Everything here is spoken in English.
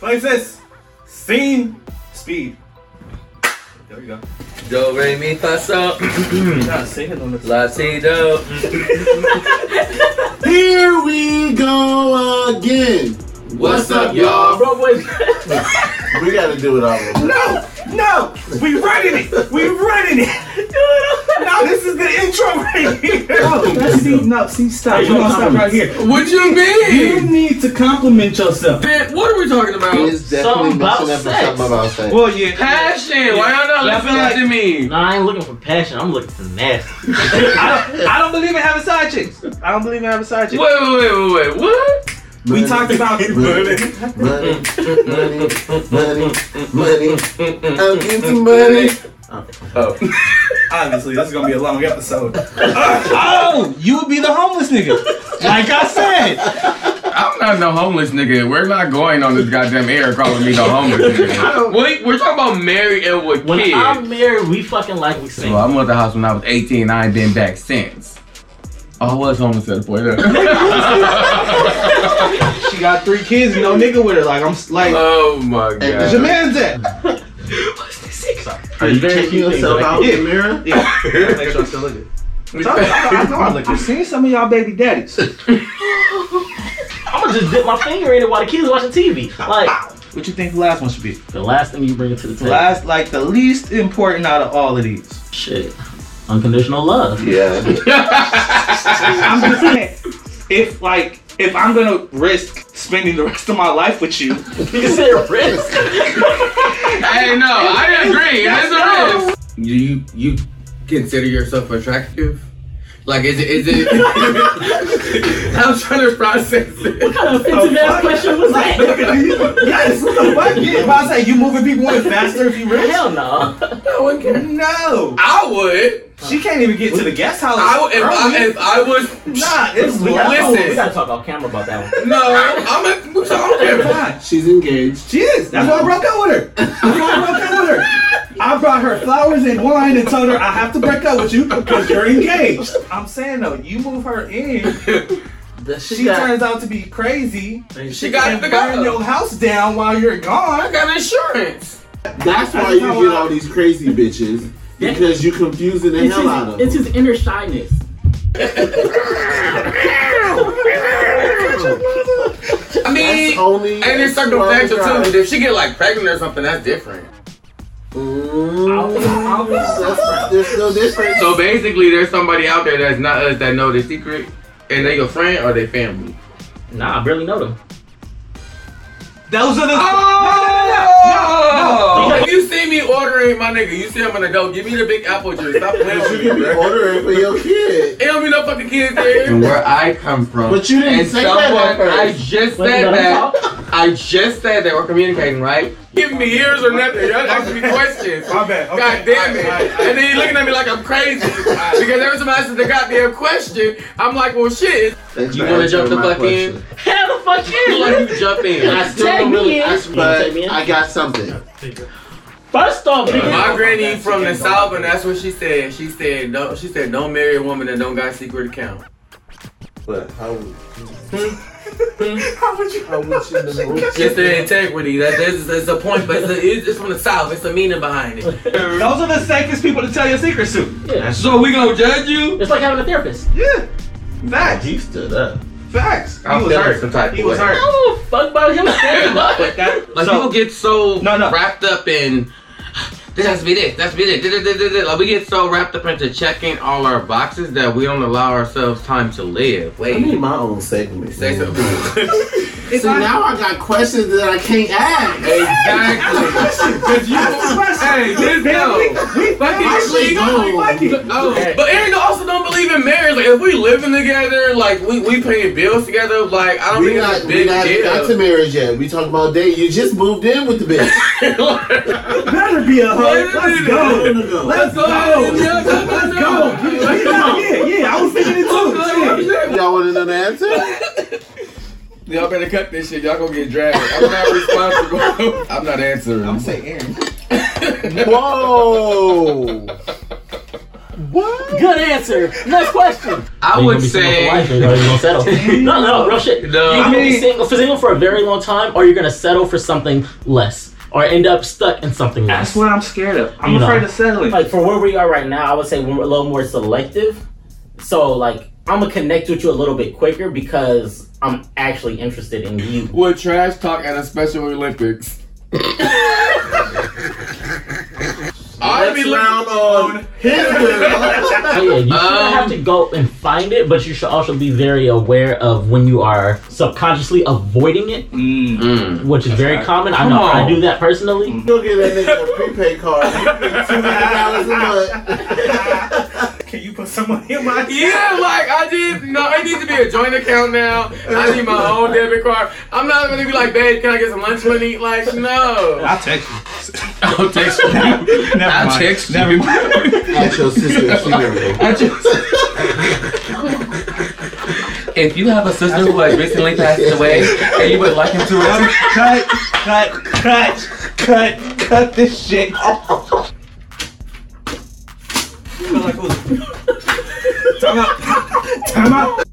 Like this. Scene. Speed. There we go. Do re mi fa sol. Not singing on this. La si do. Here we go again. What's up, y'all? Bro, wait. We gotta do it all over. No! No! We running it! We running it! No, this is the intro right here! No, that's, Oh, see, no, see, stop. We're gonna stop right here. What you You mean? need to compliment yourself. Pit, what are we talking He about? is definitely Something about messing up with sex. something about sex. Well, yeah. Passion. Why y'all not Yeah, I laughing feel like- at me? No, I ain't looking for passion. I'm looking for nasty. I don't, I don't believe in having side chicks. I don't believe in having side Wait, chicks. wait, wait, wait, wait. What? We talked about money, money, money, money, money. I'm getting money. Oh. Obviously, this is gonna be a long episode. oh, you would be the homeless nigga. Like I said, I'm not no homeless nigga. We're not going on this goddamn air calling me the homeless nigga. Wait, we're talking about married and with When kids. I'm married, we fucking like we sing. Well, I went to the house when I was 18. I ain't been back since. Oh, I was homeless at a point. huh? she got three kids, no nigga with her. Like I'm s- like, oh my where's god. your man's at? Are you checking yourself out in the mirror? Yeah, make sure I still look good. I've seen some of y'all baby daddies. I'm gonna just dip my finger in it while the kids watching TV. Like What you think the last one should be? the last thing you bring it to the The table. last, like the least important out of all of these. Shit. Unconditional love. Yeah. I'm just saying, if like if I'm gonna risk spending the rest of my life with you, You said risk. hey, no, I agree. That's It's a risk. Do you you consider yourself attractive? Like, is it is it? I'm trying to process what it. kind of offensive ass question was that? yes, what the fuck? Yeah, if I say you moving people in faster if you risk. Hell no. No one cares. No, I would. she can't even get to the guest house. I would if early. I, if I was. nah, it's We gotta, Listen. we gotta talk off camera about that one. No, I'm a. I'm a Fine. She's engaged. She is. That's why I broke up with her. That's why I broke up with her. I brought her flowers and wine and told her I have to break up with you because you're engaged. I'm saying though, you move her in, The shit she got, turns out to be crazy She got and the burn your girl. house down while you're gone. I got insurance. That's why you get all these crazy bitches. Because you confusing the it's, hell out of his, it's them. his inner shyness. I mean, That's only and it's circumstantial too. If she get like pregnant or something, that's different. Mm, that's- There's no difference. So basically, there's somebody out there that's not us that know the secret, and they your friend or they family. Nah, I barely know them. Those are the. Oh! If you see me ordering my nigga, you see I'm an adult. Give me the big apple juice. Stop playing But with you me, can be bro. ordering for your kid. It don't be no fucking kids there. And where I come from. But you didn't and say that someone, at I first. just Wait, said let him that. talk. I just said that we're communicating, right? Give me ears or nothing. Y'all ask me questions. My bad. Okay. God damn it. All right, all right. And then you looking at me like I'm crazy. because every time I answer the goddamn question, I'm like, well, shit. That's You not wanna answering jump the my fuck question. in? Hell the fuck You yeah. like you jump in. I still don't really. I still But I got something. First off, nigga. My granny from the South, and that's what she said. She said, no, she said, don't marry a woman that don't got a secret account. But how would How would you? how would you know? It's the integrity. That there's, there's a point, but it's, the, it's it's from the South. It's the meaning behind it. Those are the safest people to tell your secrets to. Yeah. So we gonna judge you? It's like having a therapist. Yeah. Facts. He stood up. Facts. He I'm was feeling hurt. some type of he was way. hurt. I don't fuck about him standing up. But that. Like so, people get so No, no. wrapped up in This has to be this. That's be this. this, this, this, this. Like we get so wrapped up into checking all our boxes that we don't allow ourselves time to live. I Wait, need my own segment. say man. something. See now I got questions that I can't ask. exactly. Cause you, hey, this Man, no. we, we Fucking Actually, we go. no. like it. Oh, but Aaron also don't believe in marriage. Like if we living together, like we we paying bills together, like I don't We think not it's a we big not got to deal. marriage yet. We talking about date. You just moved in with the bitch. better be a hug. Let's go. Let's go. Let's Yeah, yeah, yeah, I was thinking it too. Shit. Y'all want to know the answer? Y'all better cut this shit. Y'all gonna get dragged. I'm not responsible. I'm not answering. Aaron. Whoa! Oh! What? Good answer. Next question. I Are you gonna would be single say for life, or are you gonna settle? No, no, real shit. No. You're I gonna be mean- single, single for a very long time, or you're gonna settle for something less, or end up stuck in something less. That's what I'm scared of. I'm You know. afraid of settling. like for where we are right now, I would say we're a little more selective. So like I'm gonna connect with you a little bit quicker because I'm actually interested in you. Would trash talk at a Special Olympics? I'd be Next round Oh, on Hitler. So yeah, you shouldn't Um, have to go and find it, but you should also be very aware of when you are subconsciously avoiding it, Mm. Mm. which is very right. common. I Come know I on. Mm-hmm. do that personally. You'll get that nigga a prepaid card. You pay two hundred dollars a month. Can you put someone in my Yeah, like I did. No, it needs to be a joint account now. I need my own debit card. I'm not gonna be like, babe, can I get some lunch money? Like, no. I'll text you. I'll text Never I'll mind. text you. Never mind. Ask your sister if she never go. If you have a sister who has recently passed away and you would like him to return, cut, cut, cut, cut, cut this shit. Time out. Time out.